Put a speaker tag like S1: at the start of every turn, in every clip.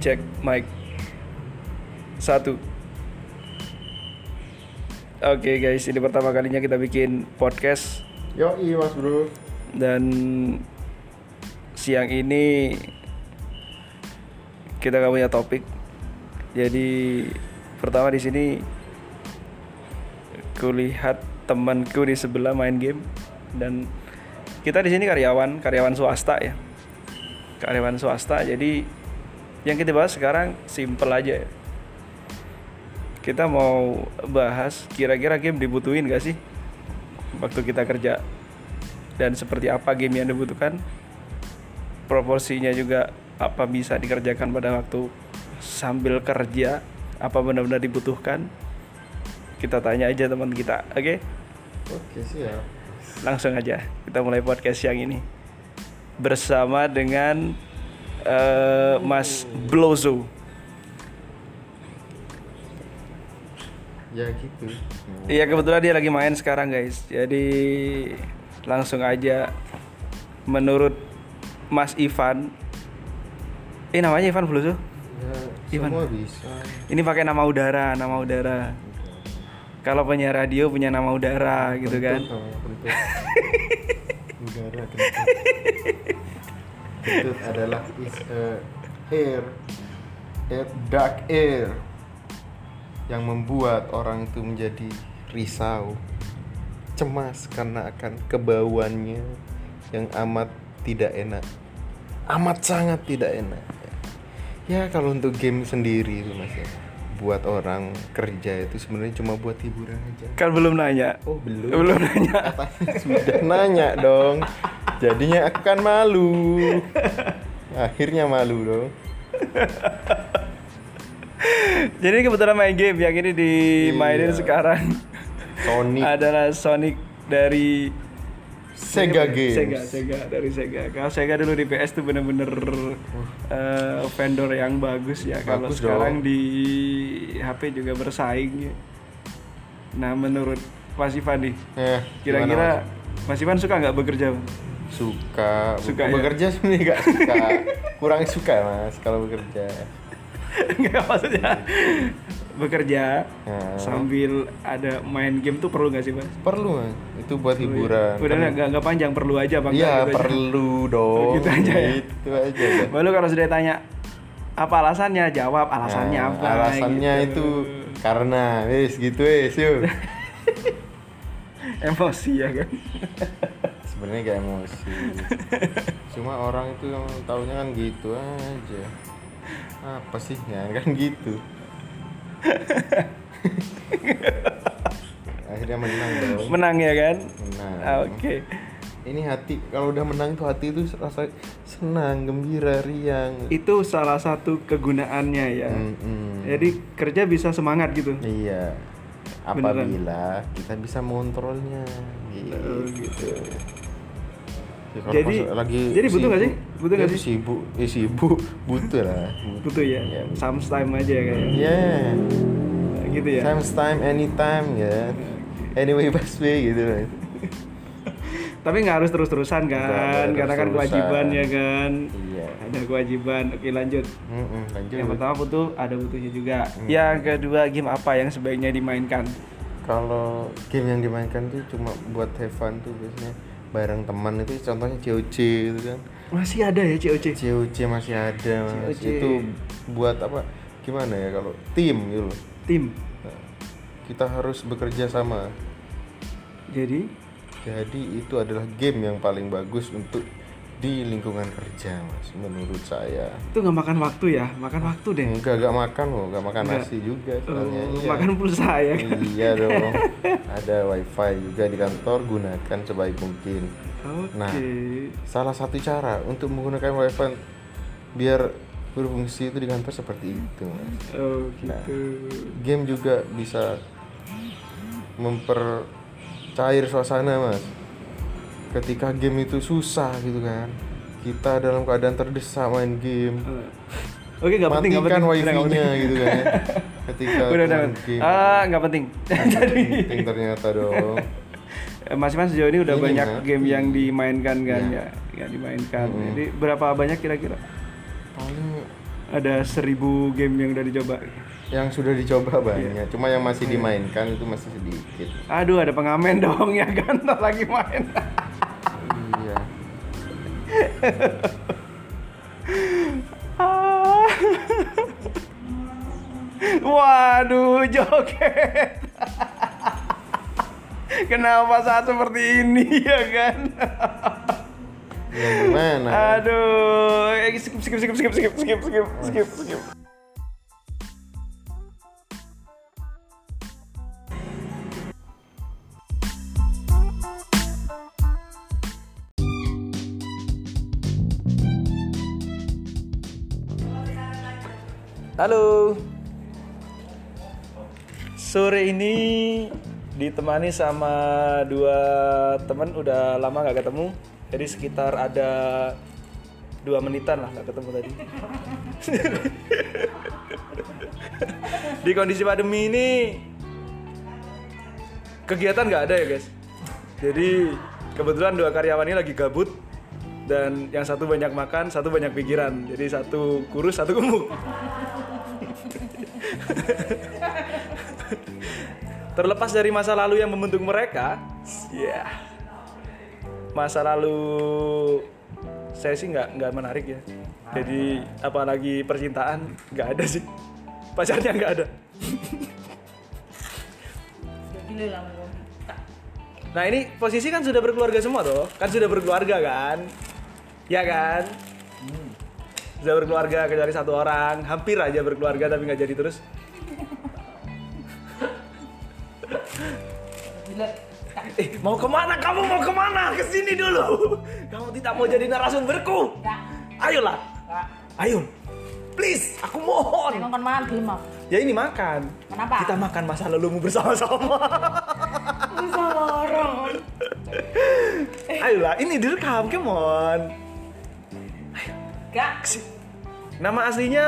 S1: cek mic satu oke guys ini pertama kalinya kita bikin podcast
S2: Yo, iya mas bro.
S1: dan siang ini kita gak punya topik jadi pertama di sini kulihat temanku di sebelah main game dan kita di sini karyawan karyawan swasta ya karyawan swasta jadi yang kita bahas sekarang simple aja ya kita mau bahas kira-kira game dibutuhin gak sih waktu kita kerja dan seperti apa game yang dibutuhkan proporsinya juga apa bisa dikerjakan pada waktu sambil kerja apa benar-benar dibutuhkan kita tanya aja teman kita oke
S2: Oke siap.
S1: langsung aja kita mulai podcast yang ini bersama dengan eh, Mas Blozo
S2: Ya gitu.
S1: Iya kebetulan dia lagi main sekarang guys. Jadi langsung aja menurut Mas Ivan. Eh namanya Ivan Blusu.
S2: Ya,
S1: Gimana?
S2: semua bisa.
S1: Ini pakai nama udara, nama udara. Kalau penyiar radio punya nama udara gitu kan.
S2: Kentut namanya, kentut. Enggak ada kentut. Kentut adalah is a air, air dark air yang membuat orang itu menjadi risau, cemas karena akan kebauannya yang amat tidak enak, amat sangat tidak enak. Ya kalau untuk game sendiri itu mas ya. buat orang kerja itu sebenarnya cuma buat hiburan aja.
S1: Kan belum nanya.
S2: Oh belum.
S1: Belum nanya.
S2: Katanya sudah nanya dong. Jadinya aku kan malu. Akhirnya malu dong.
S1: Jadi kebetulan main game yang ini dimainin
S2: Iya.
S1: sekarang
S2: Sony
S1: adalah Sonic dari
S2: Sega Games.
S1: Sega, Sega dari Sega. Kalau Sega dulu di PS tuh bener-bener eh, vendor yang bagus ya. Kalau
S2: Oh. Bagus
S1: sekarang di HP juga bersaing. ya. Nah menurut Mas Ivan nih,
S2: Eh, gimana,
S1: kira-kira Mas Ivan suka nggak bekerja? Bang?
S2: Mas? suka,
S1: Suka, ya?
S2: bekerja sebenarnya nggak suka. Kurang suka Mas kalau bekerja.
S1: Nggak maksudnya bekerja
S2: Hmm.
S1: sambil ada main game tuh perlu nggak sih Mas?
S2: Perlu Mas. Itu buat hiburan.
S1: ya? Udah nggak nggak- nggak panjang perlu aja bang.
S2: Iya,
S1: Gitu aja.
S2: perlu dong.
S1: Gitu aja ya?
S2: Itu aja. Bang.
S1: Baru kalau sudah tanya apa alasannya jawab alasannya
S2: Nah,
S1: apa?
S2: Alasannya
S1: gitu.
S2: itu karena wis gitu wis yuk.
S1: emosi ya kan
S2: sebenarnya gak emosi cuma orang itu yang taunya kan gitu aja apa sih ya kan gitu akhirnya menang dong
S1: menang ya kan
S2: menang
S1: Ah, oke
S2: ini hati kalau udah menang tuh hati itu rasa senang gembira riang
S1: itu salah satu kegunaannya ya
S2: Mm-mm.
S1: jadi kerja bisa semangat gitu
S2: Hmm. iya
S1: Beneran.
S2: apabila kita bisa mengontrolnya gitu Ya, kalau
S1: Jadi-
S2: pas lagi
S1: jadi butuh nggak sih?
S2: sibuk-
S1: Butuh nggak
S2: jadi
S1: sih?
S2: sibuk eh sibuk butuh lah
S1: butuh ya
S2: Iya, butuh.
S1: sometime aja ya kayak
S2: Yeah.
S1: gitu ya
S2: Times time anytime ya. Anyway best way gitu lah.
S1: tapi nggak harus terus-terusan
S2: Nggak, nggak
S1: kan
S2: harus
S1: karena kan
S2: terus-terusan.
S1: kewajiban ya kan
S2: Iya.
S1: ada kewajiban oke lanjut
S2: Mm-mm, lanjut. Hmm.
S1: yang pertama butuh ada butuhnya juga yang kedua game apa yang sebaiknya dimainkan
S2: Kalau game yang dimainkan tuh cuma buat have fun tuh biasanya bareng teman itu contohnya COC gitu kan.
S1: masih ada ya COC
S2: COC masih ada Mas.
S1: COC.
S2: Itu buat apa? Gimana ya kalau tim gitu loh.
S1: tim
S2: Nah, Kita harus bekerja sama.
S1: jadi
S2: Jadi itu adalah game yang paling bagus untuk di lingkungan kerja, Mas, menurut saya.
S1: itu nggak makan waktu ya makan waktu deh
S2: Enggak, enggak makan loh, enggak makan
S1: Enggak.
S2: nasi juga soalnya.
S1: Oh,
S2: iya.
S1: makan pulsa ya kan?
S2: Iya dong. Ada wifi juga di kantor, gunakan sebaik mungkin.
S1: Oke.
S2: Nah. Salah satu cara untuk menggunakan wifi biar berfungsi itu di kantor seperti itu. Mas.
S1: Oh gitu.
S2: Game juga bisa mempercair suasana, Mas. Ketika game itu susah gitu kan. Kita dalam keadaan terdesak main game.
S1: Eh. Oke nggak penting nggak
S2: matikan
S1: penting. Udah, nggak
S2: Nah. wifi-nya
S1: penting.
S2: gitu kan ya. ketika
S1: Udah udah.
S2: main game
S1: Ah nggak penting. Jadi
S2: penting ternyata dong
S1: eh, Mas Iman sejauh ini udah
S2: Ini
S1: banyak
S2: mah.
S1: game yang dimainkan kan
S2: Iya.
S1: ya, yang dimainkan. Jadi berapa banyak kira-kira?
S2: paling
S1: ada seribu game yang udah dicoba
S2: yang sudah
S1: Iya.
S2: dicoba banyak cuma yang masih dimainkan itu masih sedikit
S1: aduh ada pengamen dong ya kan ntar lagi main
S2: iya
S1: Ah. waduh joget kenapa saat seperti ini ya kan
S2: ya gimana
S1: Ah, aduh Eh, skip skip skip skip skip skip skip skip skip Halo. Sore ini ditemani sama dua teman udah lama nggak ketemu. Jadi sekitar ada dua menitan lah nggak ketemu tadi. Di kondisi pandemi ini kegiatan nggak ada ya guys. Jadi kebetulan dua karyawan ini lagi gabut dan yang satu banyak makan, satu banyak pikiran. Jadi satu kurus, satu gemuk. Terlepas dari masa lalu yang membentuk mereka, ya masa lalu saya sih nggak nggak menarik ya. Jadi apalagi percintaan nggak ada sih, pacarnya nggak ada.
S3: Gila lah gua.
S1: Nah ini posisi kan sudah berkeluarga semua toh, kan sudah berkeluarga kan, ya kan? Sudah berkeluarga kecuali satu orang, hampir aja berkeluarga tapi nggak jadi terus.
S3: Gila.
S1: Eh mau kemana kamu mau kemana? Kesini dulu. Kamu tidak mau jadi narasumberku?
S3: Enggak.
S1: Ayolah,
S3: Enggak.
S1: ayo. Please, aku mohon.
S3: Emang kan makan gelem aku.
S1: Ya ini makan.
S3: Kenapa?
S1: Kita makan masa lalumu bersama-sama.
S3: Bisa lorong.
S1: Ayolah, ini direkam, come on.
S3: Enggak.
S1: Nama aslinya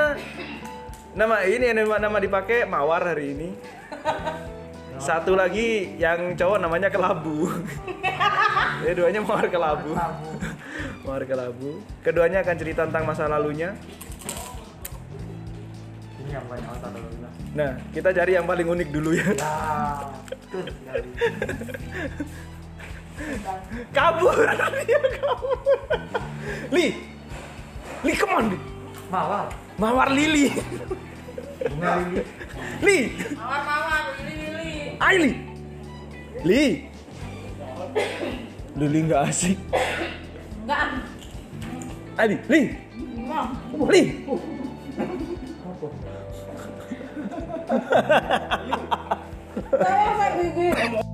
S1: nama ini nama, nama dipakai Mawar hari ini. Satu lagi yang cowok namanya Kelabu. Jadi duanya Mawar Kelabu. Mawar Kelabu. Keduanya akan cerita tentang masa lalunya.
S4: Ini yang banyak otak dulu lah.
S1: Nah, kita cari yang paling unik dulu ya.
S4: Ya, betul sekali.
S1: Kabur, dia kabur. Li, Li, come on, Li.
S4: Mawar,
S1: Mawar Lili.
S4: bunga lili.
S1: Li,
S3: Mawar-mawar, lili-lili.
S1: ayo Li. Li. Lili nggak asik.
S3: Enggak.
S1: Ayo Li, Li.
S3: Enggak.
S1: Li.
S3: Saya gigi.